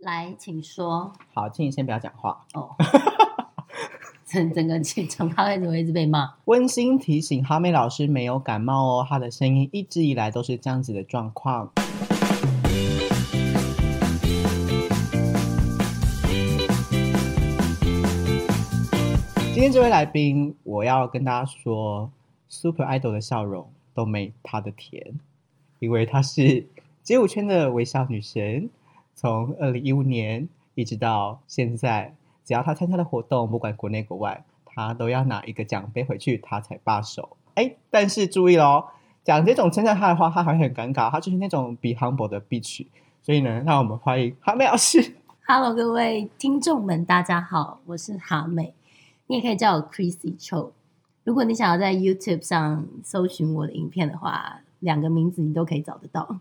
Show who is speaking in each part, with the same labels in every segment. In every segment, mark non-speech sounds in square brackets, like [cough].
Speaker 1: 来，请说。
Speaker 2: 好，请你先不要讲话。
Speaker 1: 哦， [laughs] 整整个气场，他为什么一直被骂？
Speaker 2: 温馨提醒：哈妹老师没有感冒哦，她的声音一直以来都是这样子的状况。今天这位来宾，我要跟大家说，Super Idol 的笑容都没她的甜，因为她是街舞圈的微笑女神，从二零一五年一直到现在，只要她参加的活动，不管国内国外，她都要拿一个奖杯回去，她才罢手。哎，但是注意喽，讲这种称赞她的话，她还会很尴尬，她就是那种比 humble 的 bitch。所以呢，让我们欢迎哈妹老师。
Speaker 1: Hello，各位听众们，大家好，我是哈美，你也可以叫我 Chrissy Cho。如果你想要在 YouTube 上搜寻我的影片的话，两个名字你都可以找得到。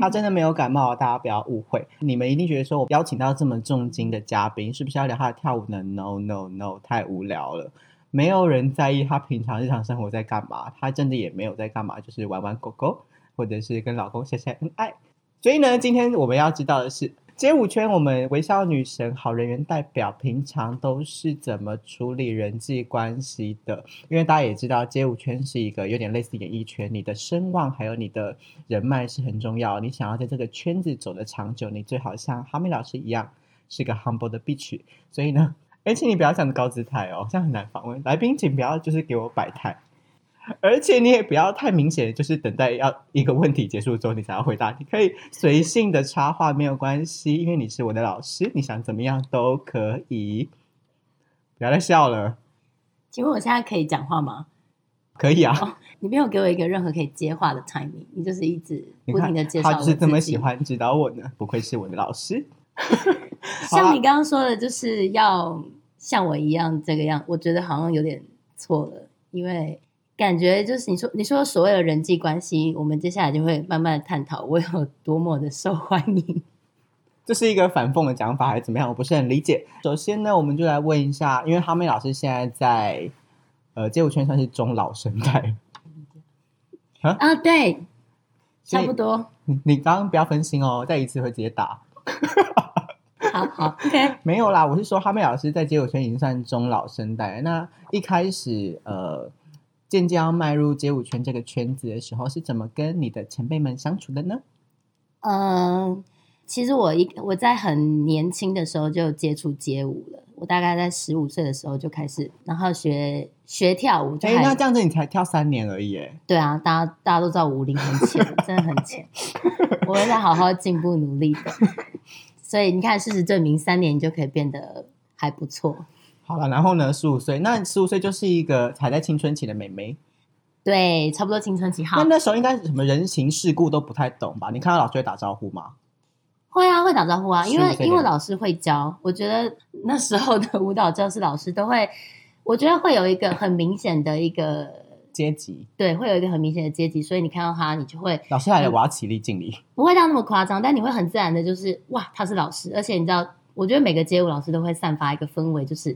Speaker 2: 他真的没有感冒，大家不要误会。你们一定觉得说，我邀请到这么重金的嘉宾，是不是要聊他的跳舞呢？No No No，太无聊了。没有人在意他平常日常生活在干嘛，他真的也没有在干嘛，就是玩玩狗狗，或者是跟老公晒晒恩爱。所以呢，今天我们要知道的是，街舞圈我们微笑女神好人缘代表平常都是怎么处理人际关系的？因为大家也知道，街舞圈是一个有点类似演艺圈，你的声望还有你的人脉是很重要。你想要在这个圈子走得长久，你最好像哈米老师一样是个 humble 的 bitch。所以呢，而且你不要这样高姿态哦，这样很难访问来宾，请不要就是给我摆态。而且你也不要太明显，就是等待要一个问题结束之后你才要回答，你可以随性的插话没有关系，因为你是我的老师，你想怎么样都可以。不要再笑了，
Speaker 1: 请问我现在可以讲话吗？
Speaker 2: 可以啊。
Speaker 1: 你没有给我一个任何可以接话的 timing，你就是一直
Speaker 2: 你
Speaker 1: 不
Speaker 2: 看
Speaker 1: 停的介绍
Speaker 2: 他
Speaker 1: 我
Speaker 2: 就是这么
Speaker 1: 自己
Speaker 2: 喜。欢指导我呢，不愧是我的老师。好啊
Speaker 1: 像
Speaker 2: 啦
Speaker 1: 你刚刚说的，就是要像我一样这个样，我觉得好像有点错了，因为感觉就是你说你说所谓的人际关系，我们接下来就会慢慢地探讨我有多么的受欢迎。 [laughs]
Speaker 2: 这是一个反讽的讲法还是怎么样？我不是很理解。首先呢，我们就来问一下，因为哈妹老师现在在呃街舞圈算是中老生代，
Speaker 1: 啊，对，
Speaker 2: 所
Speaker 1: 差
Speaker 2: 以
Speaker 1: 不多，
Speaker 2: 你你刚刚不要分心哦，再一次会直接打。
Speaker 1: 好好，OK，
Speaker 2: 没有啦，我是说哈妹老师在街舞圈已经算中老生代了。那一开始呃，渐渐要迈入街舞圈这个圈子的时候，是怎么跟你的前辈们相处的呢？
Speaker 1: 嗯，其实我一我在很年轻的时候就接触街舞了，我大概在十五岁的时候就开始，然后学学跳舞，就
Speaker 2: 哎，
Speaker 1: 还
Speaker 2: 那这样子你才跳三年而已，哎，
Speaker 1: 对啊，大家大家都知道我武林很
Speaker 2: [laughs]
Speaker 1: 浅，真的很浅，我会再好好进步努力的。所以你看，事实证明，三年你就可以变得还不错。
Speaker 2: 好了，然后呢，十五岁，那十五岁就是一个还在青春期的妹妹。
Speaker 1: 对，差不多青春期好
Speaker 2: 那。那时候应该什么人情世故都不太懂吧？你看到老师会打招呼吗？
Speaker 1: 会啊，会打招呼啊，因为
Speaker 2: 15岁的
Speaker 1: 因为老师会教。我觉得那时候的舞蹈教室老师都会，我觉得会有一个很明显的一个，
Speaker 2: 阶级，
Speaker 1: 对，会有一个很明显的阶级，所以你看到他，你就会
Speaker 2: 老师来了，
Speaker 1: 嗯
Speaker 2: 我要起立敬礼。
Speaker 1: 不会到那么夸张，但你会很自然的，就是哇，他是老师，而且你知道，我觉得每个街舞老师都会散发一个氛围，就是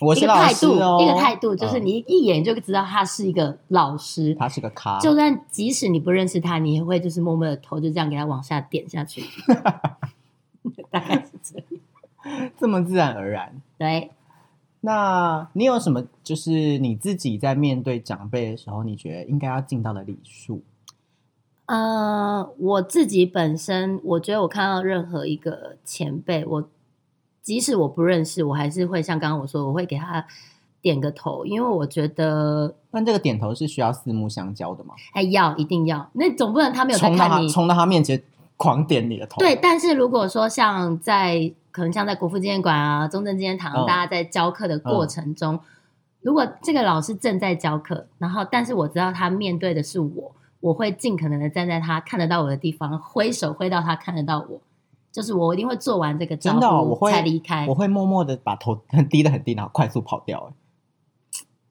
Speaker 2: 我
Speaker 1: 一
Speaker 2: 是
Speaker 1: 个
Speaker 2: 老
Speaker 1: 态
Speaker 2: 师
Speaker 1: 度，
Speaker 2: 哦，
Speaker 1: 一个态度，就是
Speaker 2: 嗯、
Speaker 1: 你一眼就知道他是一个老师。
Speaker 2: 他是个咖，
Speaker 1: 就算即使你不认识他，你也会就是默默的头就这样给他往下点下
Speaker 2: [laughs]
Speaker 1: 去， [laughs] 大概是这样。
Speaker 2: 这么自然而然。
Speaker 1: 对，
Speaker 2: 那你有什么就是你自己在面对长辈的时候，你觉得应该要尽到的礼数？
Speaker 1: 呃，我自己本身，我觉得我看到任何一个前辈，我即使我不认识，我还是会像刚刚我说，我会给他点个头，因为我觉得
Speaker 2: 那这个点头是需要四目相交的吗？
Speaker 1: 哎要一定要，那总不能他没有在
Speaker 2: 冲到
Speaker 1: 看
Speaker 2: 他
Speaker 1: 你，
Speaker 2: 冲到他面前狂点你的头，
Speaker 1: 对，，但是如果说像在可能像在国父纪念馆啊、中正纪念堂，
Speaker 2: 嗯
Speaker 1: 大家在教课的过程中，如果这个老师正在教课，然后但是我知道他面对的是我，我会尽可能的站在他看得到我的地方，挥手挥到他看得到我，就是我一定会做完这个招
Speaker 2: 真的哦我
Speaker 1: 呼
Speaker 2: 会
Speaker 1: 才离开
Speaker 2: 我。会默默的把头 [laughs] 很低的很低，然后快速跑掉、欸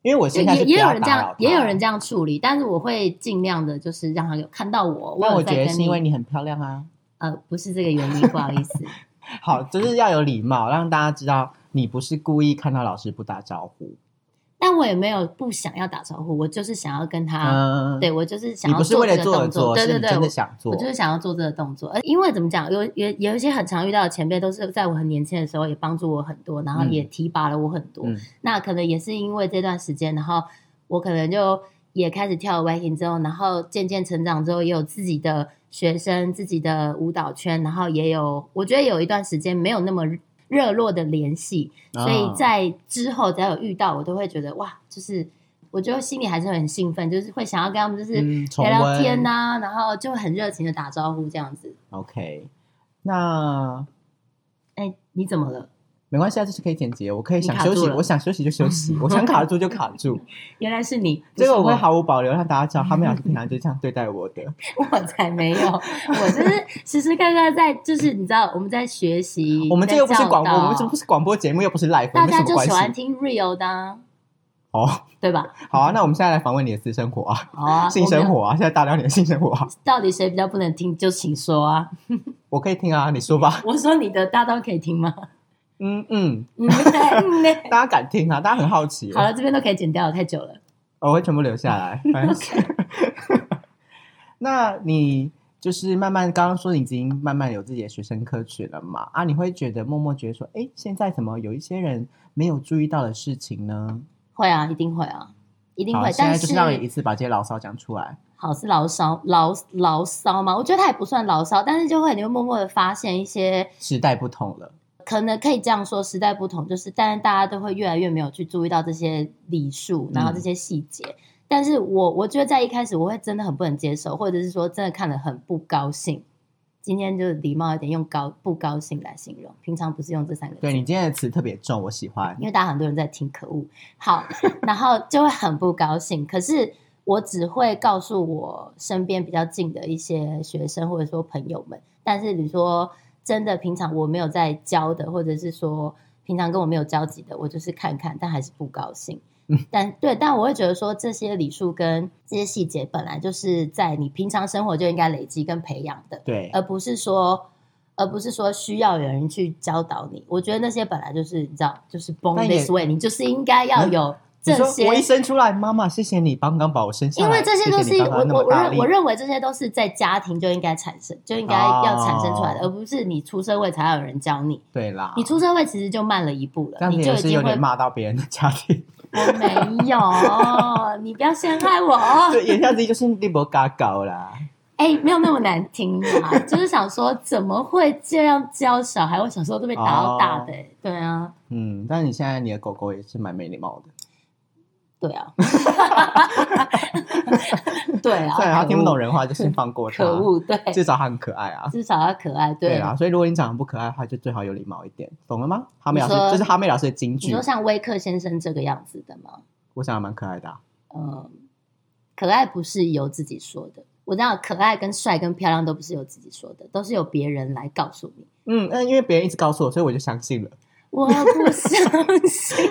Speaker 2: 因为我
Speaker 1: 就
Speaker 2: 现在
Speaker 1: 也
Speaker 2: 是
Speaker 1: 也
Speaker 2: 不
Speaker 1: 有
Speaker 2: 要
Speaker 1: 人这
Speaker 2: 打
Speaker 1: 样
Speaker 2: 扰，
Speaker 1: 也
Speaker 2: 他
Speaker 1: 有人这样处理，但是我会尽量的，就是让他有看到我。
Speaker 2: 但
Speaker 1: 有
Speaker 2: 我
Speaker 1: 在
Speaker 2: 觉得
Speaker 1: 跟
Speaker 2: 是因为你很漂亮啊。
Speaker 1: 呃，不是这个原因，不好意
Speaker 2: [laughs]
Speaker 1: 思。
Speaker 2: 好，就是要有礼貌，让大家知道你不是故意看到老师不打招呼。
Speaker 1: 但但我也没有不想要打招呼，我就是想要跟他，
Speaker 2: 嗯，
Speaker 1: 啊对我就是想
Speaker 2: 你
Speaker 1: 要
Speaker 2: 不是为
Speaker 1: 这
Speaker 2: 了
Speaker 1: 个
Speaker 2: 做而
Speaker 1: 动
Speaker 2: 做，
Speaker 1: 作，对
Speaker 2: 是
Speaker 1: 对
Speaker 2: 你
Speaker 1: 对，
Speaker 2: 真的
Speaker 1: 我
Speaker 2: 想做
Speaker 1: 我就是想要做这个动作，而因为怎么讲，有有有一些很常遇到的前辈都是在我很年轻的时候也帮助我很多，然后
Speaker 2: 嗯
Speaker 1: 也提拔了我很多。
Speaker 2: 嗯
Speaker 1: 那可能也是因为这段时间，然后我可能就也开始跳 Viking 之后，然后渐渐成长之后，也有自己的学生、自己的舞蹈圈，然后也有我觉得有一段时间没有那么热络的联系，
Speaker 2: 啊
Speaker 1: 所以在之后只要有遇到，我都会觉得哇，就是我觉得心里还是很兴奋，就是会想要跟他们就是
Speaker 2: 嗯重
Speaker 1: 聊聊
Speaker 2: 温
Speaker 1: 天啊呐、然后就很热情的打招呼这样子。
Speaker 2: OK，那
Speaker 1: 哎，你怎么了？
Speaker 2: 没关系啊，这是可以剪辑的，我可以
Speaker 1: 你
Speaker 2: 想
Speaker 1: 卡
Speaker 2: 休
Speaker 1: 住
Speaker 2: 息，
Speaker 1: 了
Speaker 2: 我想休息就休息，
Speaker 1: [laughs]
Speaker 2: 我想卡住就卡住，
Speaker 1: 原来是你，
Speaker 2: 这个我会
Speaker 1: 好。
Speaker 2: 毫无保留让大家知道，他们俩是平常就这样对待我的。
Speaker 1: [laughs] 我才没有，我就是时时刻刻在，就是你知道我们在学习，
Speaker 2: 我们这又不是广播，
Speaker 1: 在教导
Speaker 2: 我们这不是广播节目，又不是 live，
Speaker 1: 大
Speaker 2: 没什
Speaker 1: 家
Speaker 2: 么
Speaker 1: 就
Speaker 2: 关
Speaker 1: 喜欢
Speaker 2: 系。
Speaker 1: 听 real 的、啊，
Speaker 2: 哦，
Speaker 1: 对吧？
Speaker 2: 好啊，那我们现在来访问你的私生活啊，
Speaker 1: 好啊，
Speaker 2: 性
Speaker 1: 我
Speaker 2: 生
Speaker 1: 们
Speaker 2: 活啊，现在大聊你的性生活啊，
Speaker 1: 到底谁比较不能听，就请说啊。 [laughs]
Speaker 2: 我可以听啊，你说吧。
Speaker 1: 我说你的大刀可以听
Speaker 2: [laughs]
Speaker 1: 吗？
Speaker 2: 嗯嗯，
Speaker 1: 嗯 [laughs] 嗯嗯
Speaker 2: 大家敢听啊？大家很好奇哦，哦
Speaker 1: 好了，这边都可以剪掉了，太久了。
Speaker 2: 我会全部留下来。反正那你就是慢慢刚刚说你已经慢慢有自己的学生科群了嘛？啊，你会觉得默默觉得说，哎，现在怎么有一些人没有注意到的事情呢？
Speaker 1: [laughs] 会啊，一定会啊，一定
Speaker 2: 好，
Speaker 1: 会。
Speaker 2: 现
Speaker 1: 但
Speaker 2: 在就是让你一次把这些牢骚讲出来。
Speaker 1: 好是牢骚，牢牢骚嘛，我觉得它也不算牢骚，但是就会你会默默的发现一些
Speaker 2: 时代不同了，
Speaker 1: 可能可以这样说，时代不同，就是但是大家都会越来越没有去注意到这些礼数，然后这些细节。但是我我觉得在一开始我会真的很不能接受，或者是说真的看得很不高兴。今天就是礼貌一点，用高不高兴来形容，平常不是用这三个字。
Speaker 2: 对你今天的词特别重，我喜欢。
Speaker 1: 因为大家很多人在听，可恶。好， [laughs] 然后就会很不高兴。可是我只会告诉我身边比较近的一些学生或者说朋友们，但是你说真的，平常我没有在教的，或者是说平常跟我没有交集的，我就是看看，但还是不高兴。但对，但我会觉得说这些礼数跟这些细节本来就是在你平常生活就应该累积跟培养的。
Speaker 2: 对，
Speaker 1: 而不是说，而不是说需要有人去教导你。我觉得那些本来就是你知道，就是 born
Speaker 2: 但也嗯
Speaker 1: this way，你就是应该要有
Speaker 2: 你
Speaker 1: 这
Speaker 2: 说
Speaker 1: 些
Speaker 2: 我一。生出来，妈妈谢谢你刚刚把我生下来，
Speaker 1: 因为这些都
Speaker 2: 谢
Speaker 1: 是
Speaker 2: 谢你
Speaker 1: 我
Speaker 2: 刚刚那
Speaker 1: 我
Speaker 2: 么
Speaker 1: 我
Speaker 2: 大
Speaker 1: 认
Speaker 2: 力
Speaker 1: 我认为这些都是在家庭就应该产生就应该要产生出来的，
Speaker 2: 哦
Speaker 1: 而不是你出社会才要有人教你。
Speaker 2: 对啦，
Speaker 1: 你出社会其实就慢了一步了，
Speaker 2: 但
Speaker 1: 你
Speaker 2: 你
Speaker 1: 就
Speaker 2: 也
Speaker 1: 已
Speaker 2: 是
Speaker 1: 经
Speaker 2: 有
Speaker 1: 会
Speaker 2: 点骂到别人的家
Speaker 1: [laughs]
Speaker 2: 庭，
Speaker 1: 我没有，你不要陷害我。哦
Speaker 2: 对，言下之意就是你不嘎搞啦。
Speaker 1: 哎、没有那么难听啦，就是想说怎么会这样教小孩？我小时候都被打到大
Speaker 2: 哦
Speaker 1: 的、欸对啊。
Speaker 2: 嗯，但你现在你的狗狗也是蛮没礼貌的，
Speaker 1: 对
Speaker 2: [laughs]
Speaker 1: 啊，对啊，
Speaker 2: 虽然它
Speaker 1: 可恶
Speaker 2: 听不懂，人话，就先放过它。
Speaker 1: 可恶，对，
Speaker 2: 至少啊它很可爱啊。
Speaker 1: 至少要可爱，对啊
Speaker 2: 啦，所以如果你长得不可爱的话，就最好有礼貌一点，懂了吗？哈妹老
Speaker 1: 你说
Speaker 2: 师，这是哈妹老师的金
Speaker 1: 你
Speaker 2: 句
Speaker 1: 说，像威克先生这个样子的吗？
Speaker 2: 我想还蛮可爱的啊、
Speaker 1: 嗯，可爱不是由自己说的，我知道可爱跟帅跟漂亮都不是由自己说的，都是由别人来告诉你。
Speaker 2: 嗯，那因为别人一直告诉我，所以我就相信了。
Speaker 1: 我不相
Speaker 2: [laughs]
Speaker 1: 信，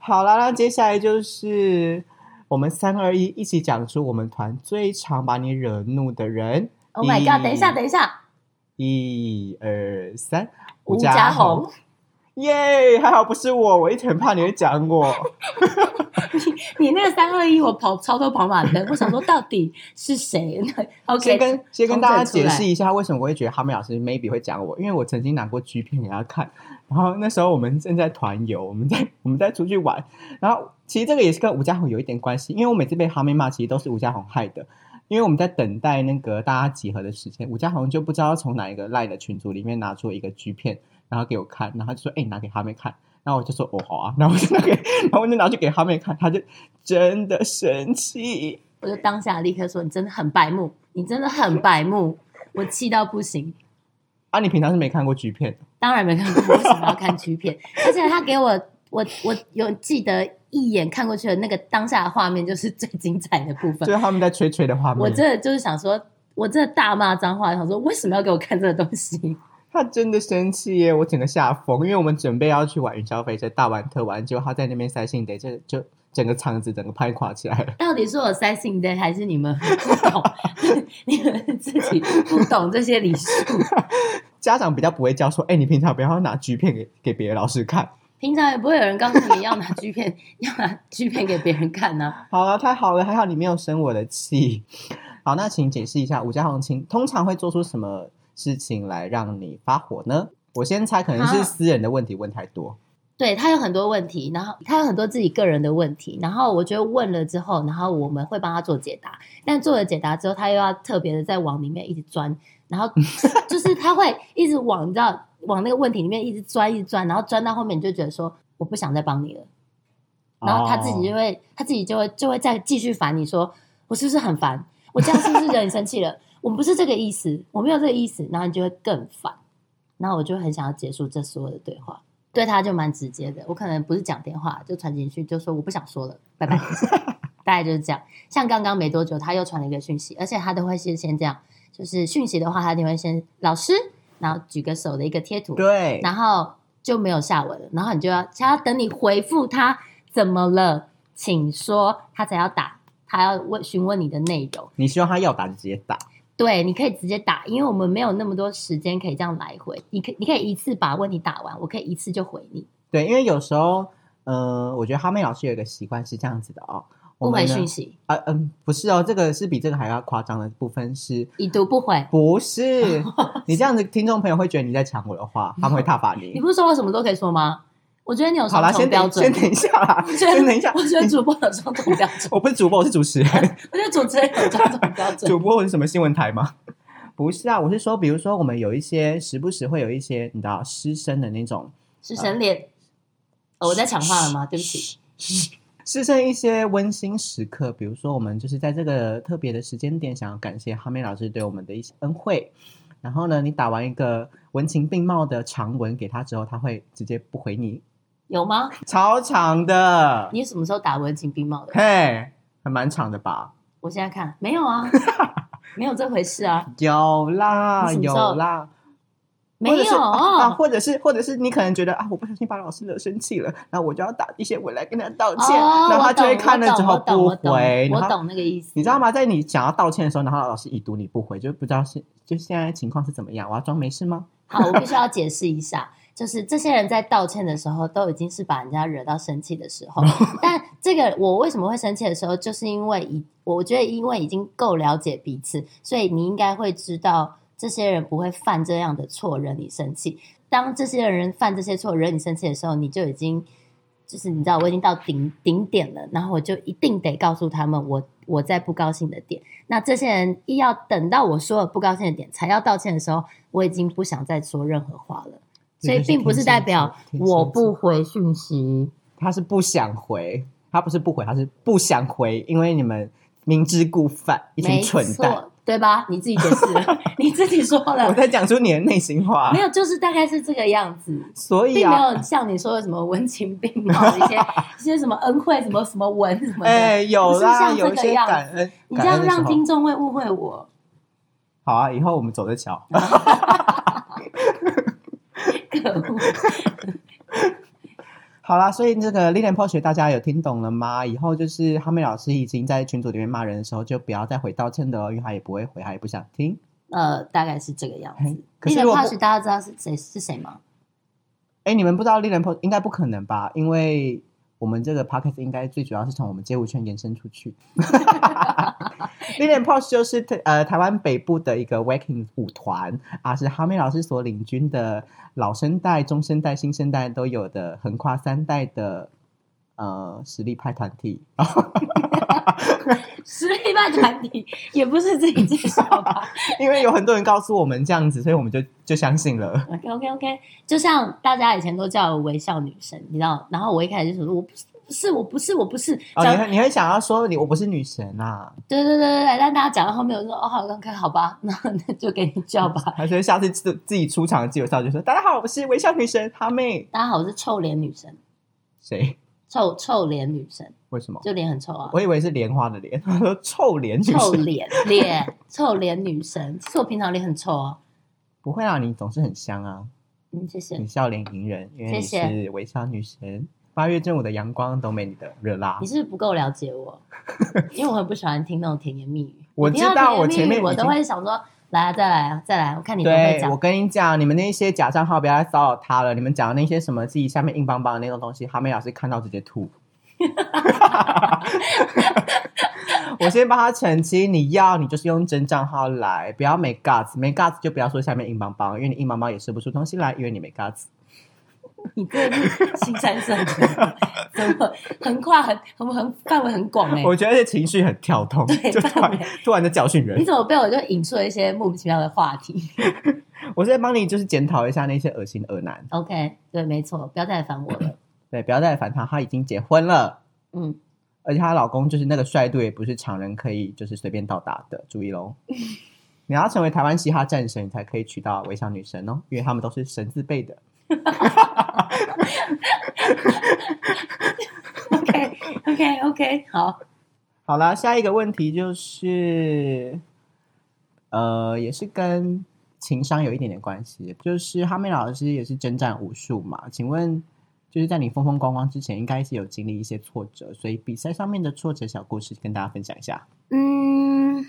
Speaker 2: 好啦，那接下来就是我们三二一一起讲出我们团最常把你惹怒的人。
Speaker 1: Oh my god！等一下，等一下，
Speaker 2: 一二三，
Speaker 1: 吴家宏，，
Speaker 2: 耶！还好不是我，我一直很怕你会讲我。
Speaker 1: 你那个三二一，我跑超多跑马灯，我想说到底是谁 [laughs]
Speaker 2: 先
Speaker 1: ？OK，
Speaker 2: 跟先跟大家
Speaker 1: 重整
Speaker 2: 解
Speaker 1: 出来
Speaker 2: 释一下，为什么我会觉得哈妹老师 maybe 会讲我，因为我曾经拿过 G 片给他看，然后那时候我们正在团游，我们在我们在出去玩，然后其实这个也是跟吴家宏有一点关系，因为我每次被哈妹骂，其实都是吴家宏害的。因为我们在等待那个大家集合的时间，吴家宏就不知道从哪一个赖的群组里面拿出一个 G 片，然后给我看，然后他就说：“哎、你拿给哈妹看。”然后我就说：“哦，好啊。”然后我就拿给，然后我就拿去给哈妹看，他就真的生气。
Speaker 1: 我就当下立刻说：“你真的很白目，你真的很白目！”我气到不行。
Speaker 2: 啊，你平常是没看过 G 片的？
Speaker 1: 当然没看过，为什么要看 G 片？而且他给我，我我有记得一眼看过去的那个当下的画面，就是最精彩的部
Speaker 2: 就
Speaker 1: 分。
Speaker 2: 是他们在吹吹的画面。
Speaker 1: 我真的就是想说，我真的大骂脏话，想说为什么要给我看这个东西？
Speaker 2: 他真的生气耶！我整个吓疯，因为我们准备要去玩云霄飞车，大玩特玩，结果他在那边塞信得，就就整个场子整个拍垮起来了。
Speaker 1: 到底是我塞性的，还是你们不懂？ [laughs] 你们自己不懂这些礼数？
Speaker 2: 家长比较不会教说，哎、你平常不要拿橘片给给别的老师看。
Speaker 1: 平常也不会有人告诉你要拿 G 片，要拿 G 片给别人看啊呢、
Speaker 2: 好了，太好了，还好你没有生我的气。好，那请解释一下，武家红情通常会做出什么事情来让你发火呢？我先猜，可能
Speaker 1: 啊
Speaker 2: 是私人的问题问太多。
Speaker 1: 对他有很多问题，然后他有很多自己个人的问题，然后我觉得问了之后，然后我们会帮他做解答，但做了解答之后，他又要特别的再往里面一直钻，然后就是他会一直往你知道往那个问题里面一直钻，一直钻，然后钻到后面你就觉得说我不想再帮你了，然后他自己就
Speaker 2: 哦
Speaker 1: 会、他自己就会就会再继续烦你说我是不是很烦，我这样是不是惹你生气了？ [laughs] 我们不是这个意思，我没有这个意思，然后你就会更烦，然后我就很想要结束这所有的对话。对他就蛮直接的，我可能不是讲电话，就传简讯，就说我不想说了，拜拜。大概就是这样。像刚刚没多久，他又传了一个讯息，而且他都会是先这样，就是讯息的话，他一定会先老师，然后举个手的一个贴图，
Speaker 2: 对，
Speaker 1: 然后就没有下文了。然后你就要，他要等你回复他怎么了，请说，他才要打，他要问询问你的内容。
Speaker 2: 你希望他要打就直接打。
Speaker 1: 对，你可以直接打，因为我们没有那么多时间可以这样来回。你可你可以一次把问题打完，我可以一次就回你，
Speaker 2: 对，因为有时候，呃，我觉得哈妹老师有一个习惯是这样子的哦，我
Speaker 1: 不
Speaker 2: 们
Speaker 1: 回
Speaker 2: 呢
Speaker 1: 讯息，
Speaker 2: 啊，嗯，不是哦，这个是比这个还要夸张的部分是，
Speaker 1: 已读不回。[laughs]
Speaker 2: 不是你这样子，听众朋友会觉得你在抢我的话，他们会挞伐
Speaker 1: 你
Speaker 2: 你。
Speaker 1: 不是说我什么都可以说吗？我觉得你有
Speaker 2: 好
Speaker 1: 双
Speaker 2: 啦，
Speaker 1: 重
Speaker 2: 先
Speaker 1: 标
Speaker 2: 等，
Speaker 1: 准
Speaker 2: 先。等一下
Speaker 1: [laughs]
Speaker 2: 啦，
Speaker 1: 我觉得
Speaker 2: 先等一下。
Speaker 1: 我觉得主播有双重标准，
Speaker 2: 我不是主播，我是主持 [laughs] 人。
Speaker 1: 我觉得主持人有双重标准。
Speaker 2: [laughs] 主播我是什么新闻台吗？ [laughs] 不是啊，我是说，比如说我们有一些时不时会有一些你知道师生的那种，
Speaker 1: 师生恋，哦，我在抢话了吗？对不起，
Speaker 2: 师生一些温馨时刻，比如说我们就是在这个特别的时间点，想要感谢哈妹老师对我们的一些恩惠。然后呢，你打完一个文情并茂的长文给他之后，他会直接不回你，
Speaker 1: 有吗？
Speaker 2: 超长的，
Speaker 1: 你什么时候打文情并茂
Speaker 2: [laughs]
Speaker 1: 的？
Speaker 2: 嘿，还蛮长的吧？
Speaker 1: 我现在看没有
Speaker 2: [laughs]
Speaker 1: 啊，没有这回事啊，
Speaker 2: 有啦，
Speaker 1: 你什么
Speaker 2: 有
Speaker 1: 时候
Speaker 2: 啦，
Speaker 1: 没
Speaker 2: 或者是
Speaker 1: 有哦
Speaker 2: 啊，或者是或者是你可能觉得啊，我不小心把老师惹生气了，然后我就要打一些文来跟他道歉，
Speaker 1: 哦
Speaker 2: 然后他就
Speaker 1: 我
Speaker 2: 会
Speaker 1: 懂
Speaker 2: 看了之后
Speaker 1: 我懂
Speaker 2: 不
Speaker 1: 我懂
Speaker 2: 回，
Speaker 1: 我
Speaker 2: 然后
Speaker 1: 懂那个意思，
Speaker 2: 你知道？吗？在你想要道歉的时候，然后老师已读你不回，就不知道是就现在情况是怎么样。我要装没事吗？
Speaker 1: 好，我必须要解释一下，就是这些人在道歉的时候，都已经是把人家惹到生气的时
Speaker 2: [laughs]
Speaker 1: 候。但这个我为什么会生气的时候，就是因为已，我觉得因为已经够了解彼此，所以你应该会知道这些人不会犯这样的错，惹你生气。当这些人犯这些错惹你生气的时候，你就已经就是你知道我已经到顶顶点了，然后我就一定得告诉他们我我在不高兴的点。那这些人一要等到我说了不高兴的点才要道歉的时候，我已经不想再说任何话了。所以并不是代表
Speaker 2: 这就是天蝎座
Speaker 1: 我不，回讯息，
Speaker 2: 他是不想回，他不是不回，他是不想回，因为你们明知故犯，一群
Speaker 1: 没
Speaker 2: 蠢蛋。
Speaker 1: 错，对吧？你自己解
Speaker 2: [laughs]
Speaker 1: 释了，你自己说
Speaker 2: 我
Speaker 1: 了，
Speaker 2: 在讲出你的内心话
Speaker 1: 没，有，就是大概是这个样子。
Speaker 2: 所以
Speaker 1: 并没
Speaker 2: 啊，
Speaker 1: 有像你说的什么文情并茂，一
Speaker 2: [laughs]
Speaker 1: 些一些什么恩惠，什么什么文什么的。
Speaker 2: 哎、有
Speaker 1: 不是
Speaker 2: 啦，
Speaker 1: 像这个
Speaker 2: 有一些
Speaker 1: 样子
Speaker 2: 感恩，
Speaker 1: 你这
Speaker 2: 感恩
Speaker 1: 样
Speaker 2: 的时
Speaker 1: 让
Speaker 2: 候
Speaker 1: 听众会误会我。
Speaker 2: 好啊，以后我们走着瞧。
Speaker 1: 可恶！
Speaker 2: 好啦，所以这个 l i l i a n p o 学大家有听懂了吗？以后就是哈妹老师已经在群组里面骂人的时候，就不要再回道歉的哦，因为他也不会回，他也不想听。
Speaker 1: 呃，大概是这个样
Speaker 2: 嘿
Speaker 1: 子。
Speaker 2: 哎可是
Speaker 1: 那
Speaker 2: 如
Speaker 1: 个 p
Speaker 2: 果
Speaker 1: a
Speaker 2: 不
Speaker 1: s 大家知道是谁是谁
Speaker 2: [laughs]
Speaker 1: 吗？
Speaker 2: 哎，你们不知道 l i l i a n p o 应该不可能吧？因为我们这个 podcast 应该最主要是从我们街舞圈延伸出去。l i l i a n p o 就是呃台湾北部的一个 Waking 舞团啊，是哈妹老师所领军的老生代、中生代、新生代都有的横跨三代的呃实力派团体。
Speaker 1: 实力派团体也不是自己介绍吧
Speaker 2: 因为有很多人告诉我们这样子，所以我们就就相信了。
Speaker 1: ？OK OK OK，就像大家以前都叫我微笑女神，你知道？然后我一开始就说我不是。不是我不是我不是，
Speaker 2: 哦，
Speaker 1: 讲
Speaker 2: 你会你会想要说你我不是女神啊，
Speaker 1: 对对对对对，但大家讲到后面，我就说哦好，OK 好吧， [laughs] 那那就给你叫吧。 [laughs]
Speaker 2: 还是下次自自己出场的介绍就说大家好，我是微笑女神哈妹。
Speaker 1: 大家好，我是臭脸女神，
Speaker 2: 谁？
Speaker 1: 臭臭脸女神，
Speaker 2: 为什么？
Speaker 1: 就脸很臭啊，
Speaker 2: 我以为是莲花的莲，他说臭脸女
Speaker 1: 臭
Speaker 2: 神。
Speaker 1: 脸脸臭脸女神。其实我平常脸很臭啊，
Speaker 2: 不会啊，你总是很香啊，
Speaker 1: 嗯，谢谢
Speaker 2: 你。笑脸迎人，因为你
Speaker 1: 谢谢
Speaker 2: 是微笑女神。八月正午的阳光都没你的热辣
Speaker 1: 你。是不是不够了
Speaker 2: [laughs]
Speaker 1: 解我，因为我很不喜欢听那种甜言蜜语。
Speaker 2: 我知道
Speaker 1: 你听到甜言
Speaker 2: 我前
Speaker 1: 蜜
Speaker 2: 面
Speaker 1: 语我
Speaker 2: 已经
Speaker 1: 都会想说，来啊，再来啊，再来，我看你会不会
Speaker 2: 对，我
Speaker 1: 讲。
Speaker 2: 跟你讲，你们那些假账号不要再骚扰他了。你们讲的那些什么自己下面硬邦邦的那种东西，哈妹老师看到直接吐。
Speaker 1: [laughs]
Speaker 2: 我先帮他澄清，你要你就是用真账号来，不要没 guts，没 guts 就不要说下面硬邦邦，因为你硬邦邦也吃不出东西来，因为你没 guts。
Speaker 1: 你这个
Speaker 2: [laughs]
Speaker 1: 是新三色的，怎么横跨很很很范围很广哎、
Speaker 2: 我觉得这情绪很跳动，
Speaker 1: 对
Speaker 2: 就突
Speaker 1: 范
Speaker 2: 然
Speaker 1: 围
Speaker 2: 突然的教训人
Speaker 1: 你。怎么被我就引出了一些莫名其妙的话题
Speaker 2: 我在帮你就是检讨一下那些恶心恶男，
Speaker 1: ？OK，对，没错，不要再来烦我了。
Speaker 2: 对，不要再烦他，他已经结婚了，
Speaker 1: 嗯，
Speaker 2: 而且她老公就是那个帅度也不是常人可以就是随便到达的，注意喽。你要成为台湾嘻哈战神，你才可以娶到微笑女神哦，因为他们都是神字辈的。
Speaker 1: OK OK OK，好， [laughs]
Speaker 2: 好啦，下一个问题就是，呃，也是跟情商有一点点关系，就是哈妹老师也是征战无数嘛，请问就是在你风风光光之前，应该是有经历一些挫折，所以比赛上面的挫折小故事跟大家分享一下。
Speaker 1: 嗯，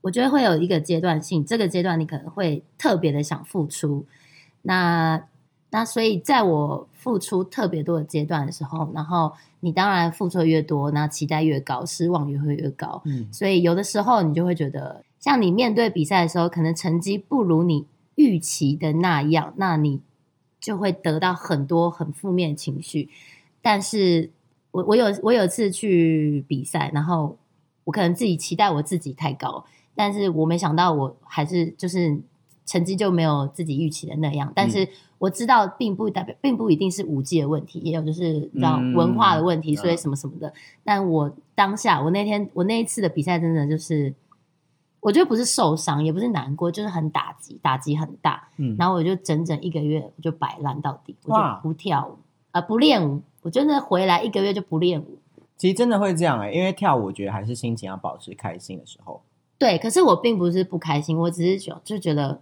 Speaker 1: 我觉得会有一个阶段性，这个阶段你可能会特别的想付出。那那所以，在我付出特别多的阶段的时候，然后你当然付出的越多，那期待越高，失望也会越高。
Speaker 2: 嗯，
Speaker 1: 所以有的时候你就会觉得，像你面对比赛的时候，可能成绩不如你预期的那样，那你就会得到很多很负面的情绪。但是我我有我有一次去比赛，然后我可能自己期待我自己太高，但是我没想到我还是就是成绩就没有自己预期的那样。但
Speaker 2: 嗯
Speaker 1: 是我知道并不代表，并不一定是舞技的问题，也有就是让
Speaker 2: 嗯
Speaker 1: 文化的问题，
Speaker 2: 嗯
Speaker 1: 所以什么什么的。但我当下，我那天我那一次的比赛，真的就是，我觉得不是受伤，也不是难过，就是很打击，打击很大。
Speaker 2: 嗯
Speaker 1: 然后我就整整一个月，我就摆烂到底，我
Speaker 2: 哇
Speaker 1: 就不跳舞，啊、不练舞。我真的回来一个月就不练舞。
Speaker 2: 其实真的会这样哎、因为跳舞我觉得还是心情要保持开心的时候。
Speaker 1: 对，可是我并不是不开心，我只是就就觉得，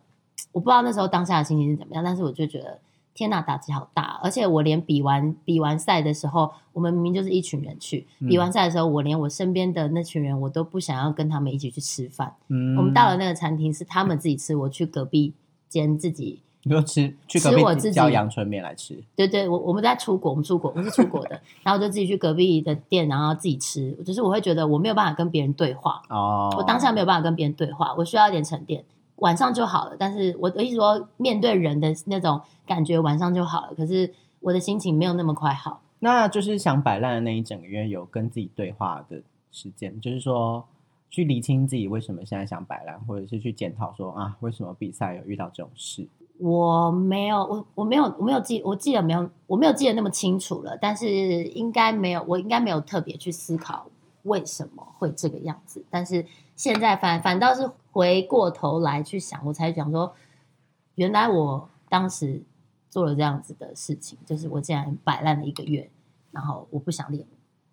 Speaker 1: 我不知道那时候当下的心情是怎么样，但是我就觉得。天呐，打击好大！啊而且我连比完比完赛的时候，我们明明就是一群人去，
Speaker 2: 嗯
Speaker 1: 比完赛的时候，我连我身边的那群人，我都不想要跟他们一起去吃饭。
Speaker 2: 嗯，
Speaker 1: 我们到了那个餐厅是他们自己吃，我去隔壁间自己。
Speaker 2: 你嗯就吃去隔
Speaker 1: 吃我
Speaker 2: 壁
Speaker 1: 自己
Speaker 2: 叫阳春面来吃，
Speaker 1: 对对，我我们在出国，我们出国，我们是出国的， [laughs] 然后我就自己去隔壁的店，然后自己吃。就是我会觉得我没有办法跟别人对话，
Speaker 2: 哦，
Speaker 1: 我当下没有办法跟别人对话，我需要一点沉淀，晚上就好了。但是我我一直说面对人的那种感觉，晚上就好了。可是我的心情没有那么快好。
Speaker 2: 那就是想摆烂的那一整个月有跟自己对话的时间，就是说去理清自己为什么现在想摆烂，或者是去检讨说啊，为什么比赛有遇到这种事？
Speaker 1: 我没有，我我没有，我没有记，我记得没有，我没有记得那么清楚了。但是应该没有，我应该没有特别去思考为什么会这个样子。但是现在反反倒是回过头来去想，我才想说，原来我当时做了这样子的事情，就是我竟然摆烂了一个月，然后我不想练。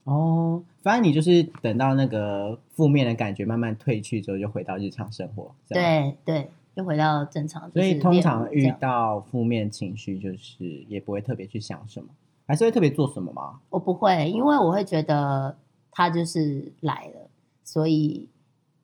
Speaker 2: 哦，反正你就是等到那个负面的感觉慢慢退去之后，就回到日常生活。这样，
Speaker 1: 对对，就回到正常。
Speaker 2: 啊所以
Speaker 1: 就是
Speaker 2: 通
Speaker 1: 练
Speaker 2: 常
Speaker 1: 舞这
Speaker 2: 遇
Speaker 1: 样
Speaker 2: 到负面情绪，就是也不会特别去想什么，还是会特别做什么吗？
Speaker 1: 我不会，因为我会觉得他就是来了，所以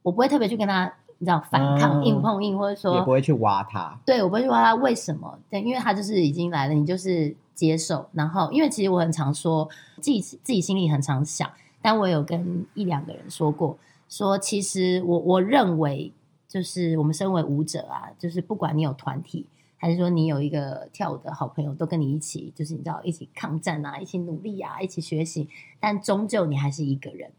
Speaker 1: 我不会特别去跟他你知道反抗、
Speaker 2: 嗯
Speaker 1: 硬碰硬，或者
Speaker 2: 也不
Speaker 1: 说
Speaker 2: 会去挖它。
Speaker 1: 对我不会去问他为什么，对，因为他就是已经来了，你就是接受。然后，因为其实我很常说，自己自己心里很常想，但我有跟一两个人说过，说其实我我认为就是我们身为舞者啊，就是不管你有团体，还是说你有一个跳舞的好朋友，都跟你一起，就是你知道一起抗战啊，一起努力啊，一起学习，但终究你还是一个人，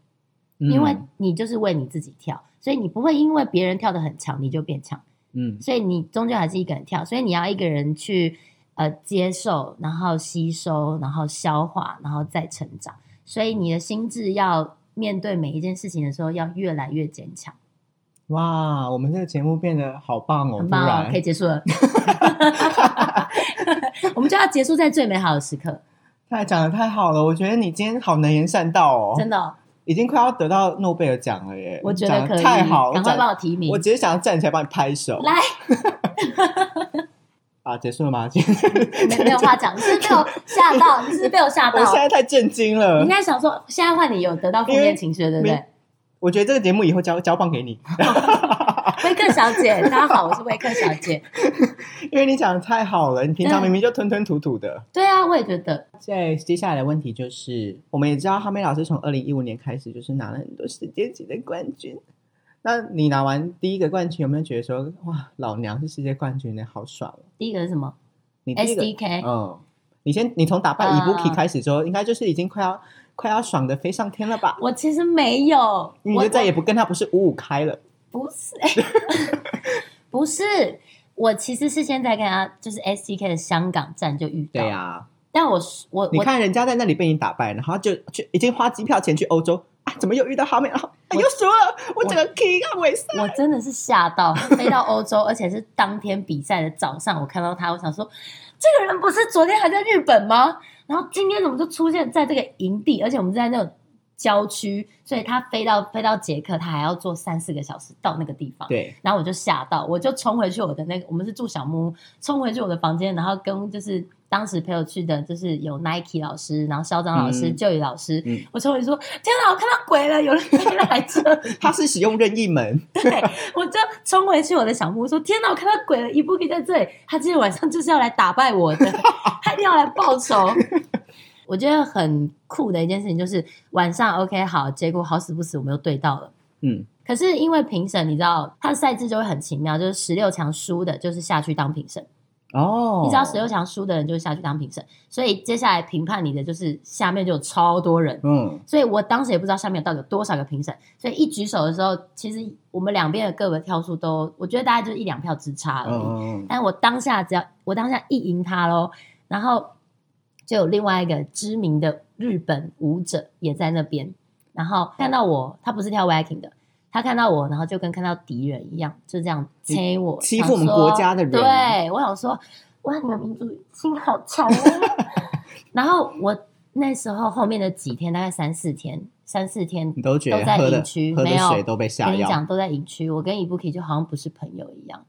Speaker 1: 因为
Speaker 2: 嗯
Speaker 1: 你就是为你自己跳，所以你不会因为别人跳得很强，你就变强，
Speaker 2: 嗯，嗯
Speaker 1: 所以你终究还是一个人跳，所以你要一个人去呃接受，然后吸收，然后消化，然后再成长，所以你的心智要面对每一件事情的时候，要越来越坚强。
Speaker 2: 哇，我们这个节目变得好棒哦！
Speaker 1: 很
Speaker 2: 突
Speaker 1: 棒哦，
Speaker 2: 然
Speaker 1: 可以结束了。 [laughs] 我们就要结束在最美好的时刻，
Speaker 2: 太讲的太好了，我觉得你今天好能言善道哦，
Speaker 1: 真的哦、
Speaker 2: 已经快要得到诺贝尔奖了耶！
Speaker 1: 我觉
Speaker 2: 讲
Speaker 1: 得
Speaker 2: 得
Speaker 1: 可以。
Speaker 2: 太好，
Speaker 1: 赶快
Speaker 2: 讲
Speaker 1: 帮我提名
Speaker 2: 我。直接想要站起来帮你拍手。
Speaker 1: 来，
Speaker 2: 啊，结束了吗？今天
Speaker 1: 没没有话讲，你是不是被我吓到，你是不是被我吓到
Speaker 2: 我。现在太震惊
Speaker 1: 你 [laughs]
Speaker 2: 了
Speaker 1: 应。该想说，现在换你有得到负面情绪了，对不
Speaker 2: 因
Speaker 1: 对
Speaker 2: 为？我觉得这个节目以后交交棒给你。
Speaker 1: 维克小姐，大家好，我是维克小姐。
Speaker 2: 因为你讲的太好了，你平常明明就吞吞吐吐的。
Speaker 1: 对啊，我也觉得，
Speaker 2: 在接下来的问题就是，我们也知道哈梅老师从二零一五年开始就是拿了很多世界级的冠军。那你拿完第一个冠军，有没有觉得说哇，老娘是世界冠军呢，好爽哦！
Speaker 1: 第一个是什么
Speaker 2: 你第一个，
Speaker 1: ？SDK，
Speaker 2: 嗯，你先，你从打败伊布
Speaker 1: 啊
Speaker 2: 奇开始之后，应该就是已经快要快要爽的飞上天了吧？
Speaker 1: 我其实没有，
Speaker 2: 你
Speaker 1: 我
Speaker 2: 就再也不跟他不是五五开了，
Speaker 1: 不是， [laughs] 不是，我其实是现在跟他就是 S D K 的香港站就遇到，
Speaker 2: 对呀、
Speaker 1: 但我是我
Speaker 2: 你
Speaker 1: 我
Speaker 2: 看人家在那里被你打败，然后就去已经花机票钱去欧洲啊，怎么又遇到哈妹，然后、啊、又输了，我整个 king 啊，尾赛。
Speaker 1: 我真的是吓到，飞到欧洲，而且是当天比赛的早上，我看到他，我想说，这个人不是昨天还在日本吗？然后今天怎么就出现在这个营地？而且我们是在那种郊区，所以他飞到飞到捷克，他还要坐三四个小时到那个地方。
Speaker 2: 对，
Speaker 1: 然后我就吓到，我就冲回去我的那个，我们是住小木屋，冲回去我的房间，然后跟就是当时陪我去的，就是有 Nike 老师，然后肖张老师、
Speaker 2: 嗯
Speaker 1: 就宇老师，
Speaker 2: 嗯
Speaker 1: 我冲回去说：“天哪，我看到鬼了！有人飞来
Speaker 2: [laughs]
Speaker 1: 这里！”
Speaker 2: 他是使用任意门，
Speaker 1: 对，我就冲回去我的小木屋说：“天哪，我看到鬼了！伊布可在这里，他今天晚上就是要来打败我
Speaker 2: [laughs]
Speaker 1: 的，他一定要来报仇。” [laughs] 我觉得很酷的一件事情就是晚上 OK 好，结果好死不死我们又对到了。
Speaker 2: 嗯，
Speaker 1: 可是因为评审，你知道他的赛制就会很奇妙，就是十六强输的，就是下去当评审；
Speaker 2: 哦，
Speaker 1: 你知道十六强输的人就是下去当评审，所以接下来评判你的就是下面就有超多人。
Speaker 2: 嗯，
Speaker 1: 所以我当时也不知道下面到底有多少个评审，所以一举手的时候，其实我们两边的各个票数都，我觉得大概就是一两票之差而已。
Speaker 2: 嗯嗯
Speaker 1: 但我当下只要我当下一赢他喽，然后就有另外一个知名的日本舞者也在那边，然后看到我，他不是跳 Viking 的，他看到我，然后就跟看到敌人一样，就这样催我，
Speaker 2: 欺
Speaker 1: 想
Speaker 2: 负我们
Speaker 1: 说
Speaker 2: 国家的人
Speaker 1: 对我想说，哇，你们民族心好
Speaker 2: [laughs]
Speaker 1: 强哦。然后我那时候后面的几天，大概三四天，三四天
Speaker 2: 你都觉得
Speaker 1: 都在
Speaker 2: 喝的
Speaker 1: 营区
Speaker 2: 喝
Speaker 1: 没
Speaker 2: 的
Speaker 1: 有
Speaker 2: 水都被下
Speaker 1: 跟你
Speaker 2: 药
Speaker 1: 讲，都在营区，我跟伊布 k 就好像不是朋友一样。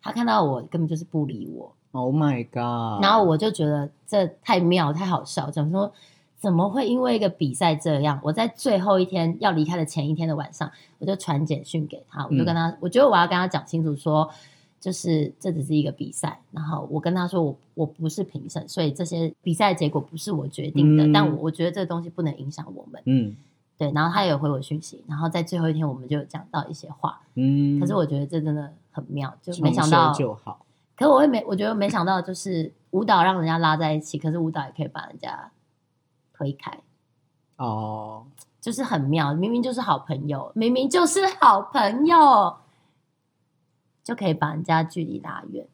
Speaker 1: 他看到我根本就是不理我，
Speaker 2: ，Oh my god！
Speaker 1: 然后我就觉得这太妙、太好笑。怎么说？怎么会因为一个比赛这样？我在最后一天要离开的前一天的晚上，我就传简讯给他，我就跟
Speaker 2: 嗯
Speaker 1: 他，我觉得我要跟他讲清楚说。就是这只是一个比赛，然后我跟他说我我不是评审，所以这些比赛结果不是我决定的，
Speaker 2: 嗯
Speaker 1: 但我我觉得这个东西不能影响我们。
Speaker 2: 嗯
Speaker 1: 对，然后他也有回我讯息，然后在最后一天我们就有讲到一些话，
Speaker 2: 嗯，
Speaker 1: 可是我觉得这真的很妙，就没
Speaker 2: 重
Speaker 1: 想到
Speaker 2: 修就好。
Speaker 1: 可我也没，我觉得没想到，就是舞蹈让人家拉在一起，可是舞蹈也可以把人家推开，
Speaker 2: 哦，
Speaker 1: 就是很妙。明明就是好朋友，明明就是好朋友，就可以把人家距离拉远。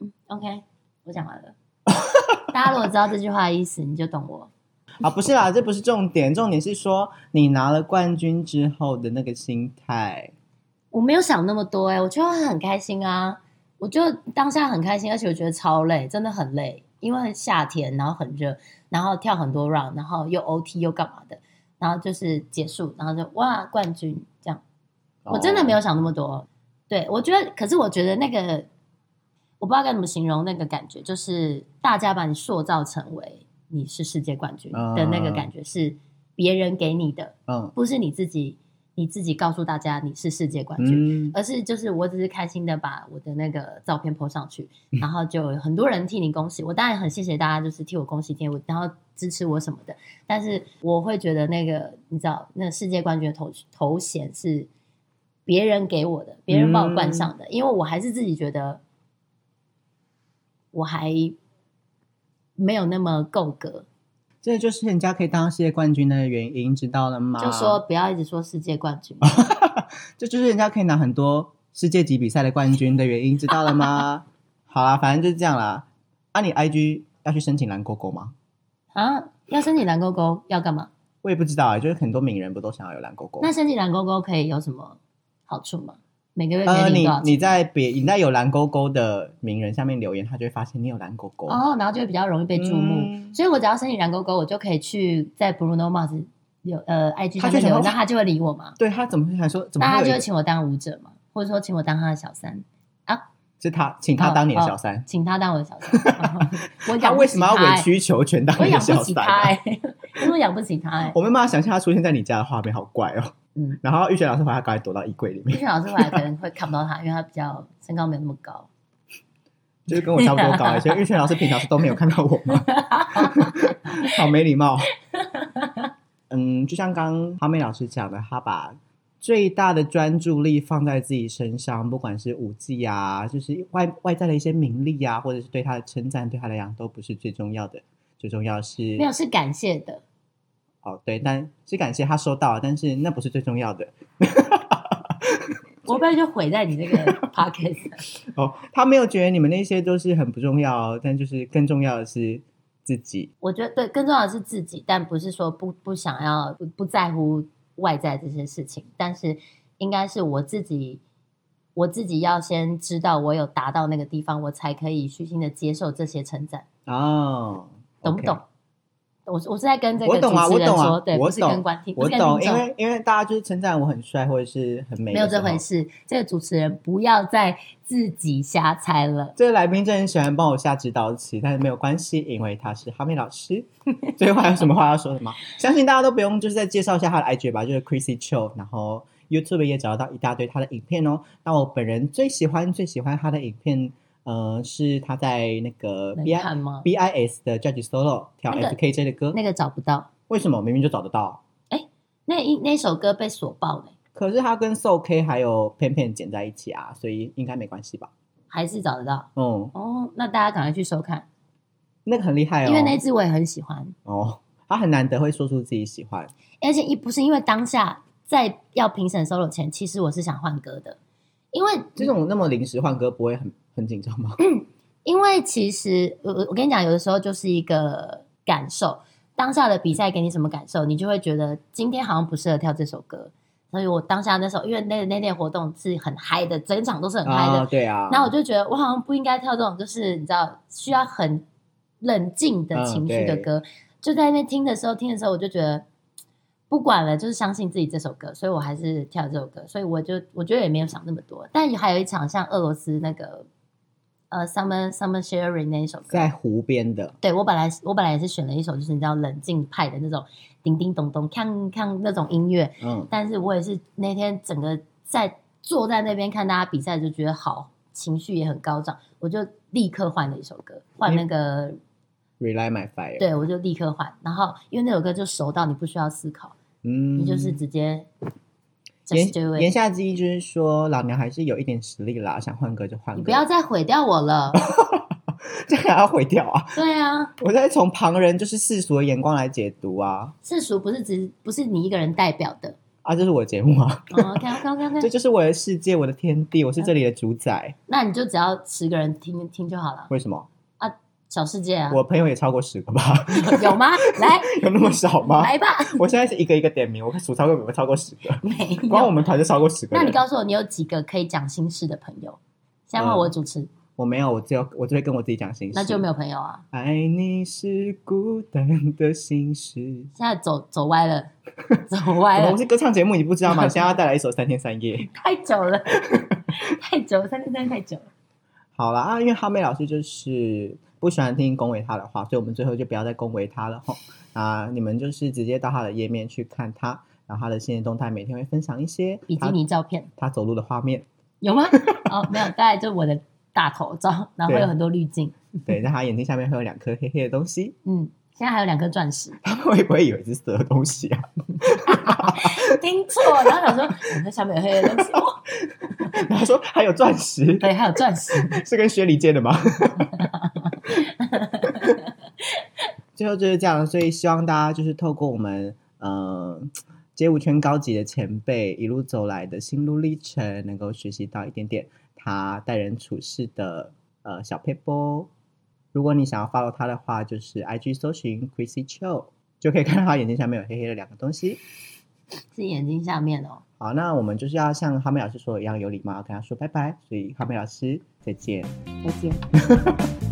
Speaker 1: 嗯，OK，我讲完了。 [laughs] 大家如果知道这句话的意思，你就懂我。
Speaker 2: 啊，不是啦，这不是重点，重点是说你拿了冠军之后的那个心态。
Speaker 1: 我没有想那么多哎、我觉得很开心啊，我就当下很开心，而且我觉得超累，真的很累，因为夏天，然后很热，然后跳很多 round，然后又 OT 又干嘛的，然后就是结束，然后就哇冠军这样，
Speaker 2: 哦
Speaker 1: 我真的没有想那么多。对我觉得，可是我觉得那个我不知道该怎么形容那个感觉，就是大家把你塑造成为你是世界冠军的那个感觉，是别人给你的，
Speaker 2: 哦，
Speaker 1: 不是你自己你自己告诉大家你是世界冠军。
Speaker 2: 嗯嗯，
Speaker 1: 而是就是我只是开心的把我的那个照片 po 上去，然后就有很多人替你恭喜，我当然很谢谢大家就是替我恭喜替我，然后支持我什么的，但是我会觉得那个你知道那世界冠军的头头衔是别人给我的，别人帮我冠上的，因为我还是自己觉得我还没有那么够格，
Speaker 2: 这就是人家可以当世界冠军的原因，知道了吗？
Speaker 1: 就说，不要一直说世界冠军。
Speaker 2: 这就是人家可以拿很多世界级比赛的冠军的原因，知道了吗？ [laughs] 好啦，反正就是这样啦。啊，你 IG 要去申请蓝勾勾吗？
Speaker 1: 啊，要申请蓝勾勾要干嘛？
Speaker 2: 我也不知道啊、就是很多名人不都想要有蓝勾勾？
Speaker 1: 那申请蓝勾勾可以有什么好处吗？每个月
Speaker 2: 呃，
Speaker 1: 给
Speaker 2: 你
Speaker 1: 多少钱？
Speaker 2: 你在别你在有蓝勾勾的名人下面留言，他就会发现你有蓝勾勾。
Speaker 1: 哦，然后就会比较容易被注目。
Speaker 2: 嗯
Speaker 1: 所以我只要申请蓝勾勾，我就可以去在 Bruno Mars 有呃 IG
Speaker 2: 他
Speaker 1: 上面留
Speaker 2: 就想说
Speaker 1: 言，那他就会理我嘛？
Speaker 2: 对他怎么会还说怎么
Speaker 1: 那他
Speaker 2: 会
Speaker 1: 就
Speaker 2: 有
Speaker 1: 会
Speaker 2: 一个
Speaker 1: 请我当舞者嘛，或者说请我当他的小三，
Speaker 2: 是他请他当你的
Speaker 1: 哦
Speaker 2: 小三？
Speaker 1: 请他当我的小
Speaker 2: [laughs]
Speaker 1: 三。我
Speaker 2: 他
Speaker 1: 养不
Speaker 2: 为什
Speaker 1: 起
Speaker 2: 么要
Speaker 1: 他、
Speaker 2: 委
Speaker 1: 欸，
Speaker 2: 曲求全当
Speaker 1: 我
Speaker 2: 你
Speaker 1: 养
Speaker 2: 的
Speaker 1: 不
Speaker 2: 小
Speaker 1: 起
Speaker 2: 三
Speaker 1: 他、哎
Speaker 2: 啊、
Speaker 1: 欸，因为我养不起他、欸。
Speaker 2: 我没办法想象他出现在你家的画面，好怪哦。
Speaker 1: 嗯，
Speaker 2: 然后玉璇老师把他赶紧躲到衣柜里
Speaker 1: 玉
Speaker 2: 面，
Speaker 1: 轩老师回来可能会看不到他，因为他比较身高没有那么高。
Speaker 2: 就是跟我差不多高、
Speaker 1: [laughs]
Speaker 2: 欸，所以玉璇老师平常是都没有看到我吗？好没礼貌。嗯，就像刚刚哈妹老师讲的，他把最大的专注力放在自己身上，不管是武技啊，就是外外在的一些名利啊，或者是对他的称赞、对他的扬，都不是最重要的。最重要的是
Speaker 1: 没有是感谢的，
Speaker 2: 哦，对，但是感谢他收到了，但是那不是最重要的。
Speaker 1: 我不然就毁在你
Speaker 2: [laughs]
Speaker 1: 这个 podcast。
Speaker 2: 哦，他没有觉得你们那些都是很不重要，但就是更重要的是自己。
Speaker 1: 我觉得对，更重要的是自己，但不是说不不想要不不在乎外在这些事情，但是应该是我自己，我自己要先知道我有达到那个地方，我才可以虚心的接受这些称赞，
Speaker 2: 哦，
Speaker 1: 懂不
Speaker 2: OK
Speaker 1: 懂？我是我是在跟这个
Speaker 2: 我
Speaker 1: 主
Speaker 2: 懂啊
Speaker 1: 持人
Speaker 2: 我懂啊
Speaker 1: 说，对，
Speaker 2: 我
Speaker 1: 不是跟
Speaker 2: 懂
Speaker 1: 观听，不
Speaker 2: 我
Speaker 1: 是跟
Speaker 2: 懂，
Speaker 1: 听
Speaker 2: 因
Speaker 1: 众。
Speaker 2: 为因为大家就是称赞我很帅或者是很美，
Speaker 1: 没有这回。事，这个主持人不要再自己瞎猜了。
Speaker 2: 这个来宾真的很喜欢帮我下指导棋，但是没有关系，因为他是哈妹
Speaker 1: [laughs]
Speaker 2: 老师。最后还有什么话要说的吗？相信大家都不用，就是再介绍一下他的 IG 吧，就是 Chrissy Chill，然后 YouTube 也找得到一大堆他的影片哦。那我本人最喜欢最喜欢他的影片，呃，是他在那个
Speaker 1: 能
Speaker 2: B
Speaker 1: 看
Speaker 2: I
Speaker 1: 吗
Speaker 2: B I S 的 Judge Solo 跳
Speaker 1: 那个
Speaker 2: F K J 的歌。
Speaker 1: 那个找不到，
Speaker 2: 为什么明明就找得到？
Speaker 1: 那一那首歌被锁爆了、
Speaker 2: 可是他跟 So K 还有 Pen Pen 剪在一起啊，所以应该没关系吧？
Speaker 1: 还是找得到
Speaker 2: 嗯，
Speaker 1: 哦。那大家赶快去收看，
Speaker 2: 那个很厉害哦，
Speaker 1: 因为那支我也很喜欢，
Speaker 2: 哦，他很难得会说出自己喜欢。
Speaker 1: 而且一不是因为当下在要评审 solo 前，其实我是想换歌的，因为
Speaker 2: 这种那么临时换歌不会很很紧张吗？
Speaker 1: 因为其实我我我跟你讲，有的时候就是一个感受，当下的比赛给你什么感受，你就会觉得今天好像不适合跳这首歌。所以我当下那时候，因为那那天活动是很嗨的，整场都是很嗨的，
Speaker 2: 啊，对啊。
Speaker 1: 然后我就觉得我好像不应该跳这种，就是你知道需要很冷静
Speaker 2: 嗯
Speaker 1: 的情绪的歌。就在那边听的时候，听的时候我就觉得不管了，就是相信自己这首歌，所以我还是跳这首歌。所以我就我觉得也没有想那么多。但还有一场像俄罗斯那个呃 summer summer sharing 那一首歌，
Speaker 2: 在湖边的，
Speaker 1: 对我本来我本来也是选了一首就是你知道冷静派的那种叮叮咚咚锵锵那种音乐，
Speaker 2: 嗯，
Speaker 1: 但是我也是那天整个在坐在那边看大家比赛，就觉得好，情绪也很高涨，我就立刻换了一首歌，换那个，
Speaker 2: 嗯 Rely My Fire，，
Speaker 1: 对我就立刻换。然后因为那首歌就熟到你不需要思考，
Speaker 2: 嗯，
Speaker 1: 你就是直接 just do
Speaker 2: 言言
Speaker 1: it，
Speaker 2: 下之意就是说，老娘还是有一点实力啦，想换歌就换歌，
Speaker 1: 你不要再毁掉我了。
Speaker 2: [laughs] 这还要毁掉啊！
Speaker 1: 对啊，
Speaker 2: 我在从旁人就是世俗的眼光来解读啊，
Speaker 1: 世俗不是只不是你一个人代表的。
Speaker 2: 啊，这是我的节目啊，
Speaker 1: 哦，OK OK OK
Speaker 2: 这
Speaker 1: OK，
Speaker 2: 就是我的世界，我的天地，我是这里的主宰。
Speaker 1: 那你就只要十个人听听就好了。
Speaker 2: 为什么？
Speaker 1: 小世界啊，
Speaker 2: 我朋友也超过十个吧？
Speaker 1: [laughs]
Speaker 2: [laughs]
Speaker 1: 有吗？来
Speaker 2: 有那么少吗？
Speaker 1: 来吧，
Speaker 2: [laughs]
Speaker 1: [laughs]
Speaker 2: 我现在是一个一个点名，我看数超过有没有超过十个，
Speaker 1: 没
Speaker 2: 光我
Speaker 1: 有。
Speaker 2: 们团就超过十个
Speaker 1: 那
Speaker 2: 人。
Speaker 1: 你告诉我，你有几个可以讲心事的朋友？现在
Speaker 2: 嗯
Speaker 1: 换我主持，
Speaker 2: 我没有，我只有我只会跟我自己讲心事，
Speaker 1: 那就没
Speaker 2: 有。
Speaker 1: 有朋友啊。
Speaker 2: 爱你是孤单的心事。
Speaker 1: 现在走走歪
Speaker 2: [laughs]
Speaker 1: 了，走歪
Speaker 2: 怎么？我
Speaker 1: 了，
Speaker 2: 是歌唱节目，你不
Speaker 1: [laughs]
Speaker 2: 知道吗？你现在要带来一首《三天三夜》。
Speaker 1: 太久
Speaker 2: [laughs]
Speaker 1: 了，太久了，三天三夜太久了。
Speaker 2: 好啦，啊，因为哈妹老师就是不喜欢听恭维她的话，所以我们最后就不要再恭维她了吼。啊，你们就是直接到她的页面去看她，然后她的现实动态每天会分享一些
Speaker 1: 比基
Speaker 2: 她
Speaker 1: 尼照片
Speaker 2: 她走路的画面，
Speaker 1: 有吗？ [laughs] 哦，没有，大概就我的大头照，然后会有很多滤镜。 [laughs]
Speaker 2: 对，在她眼睛下面会有两颗黑黑的东西， [laughs]
Speaker 1: 嗯，现在还有两颗钻石，
Speaker 2: 他们会不会以为是色的东西啊？
Speaker 1: 听错，然后想说两颗小美黑的东
Speaker 2: [laughs]
Speaker 1: 西，哦
Speaker 2: 然后说还有钻石，
Speaker 1: 对，还有钻石。
Speaker 2: 是跟薛礼借的吗？ [laughs] 最后就是这样，所以希望大家就是透过我们呃街舞圈高级的前辈一路走来的心路历程，能够学习到一点点他待人处事的呃小 paper。如果你想要 follow 他的话，就是 IG 搜寻 Chrissy Chill，就可以看到他眼睛下面有黑黑的两个东西。
Speaker 1: 是眼睛下面哦，
Speaker 2: 好，那我们就是要像哈妹老师说的一样有礼貌，跟他说拜拜。所以哈妹老师再见。
Speaker 1: 再见。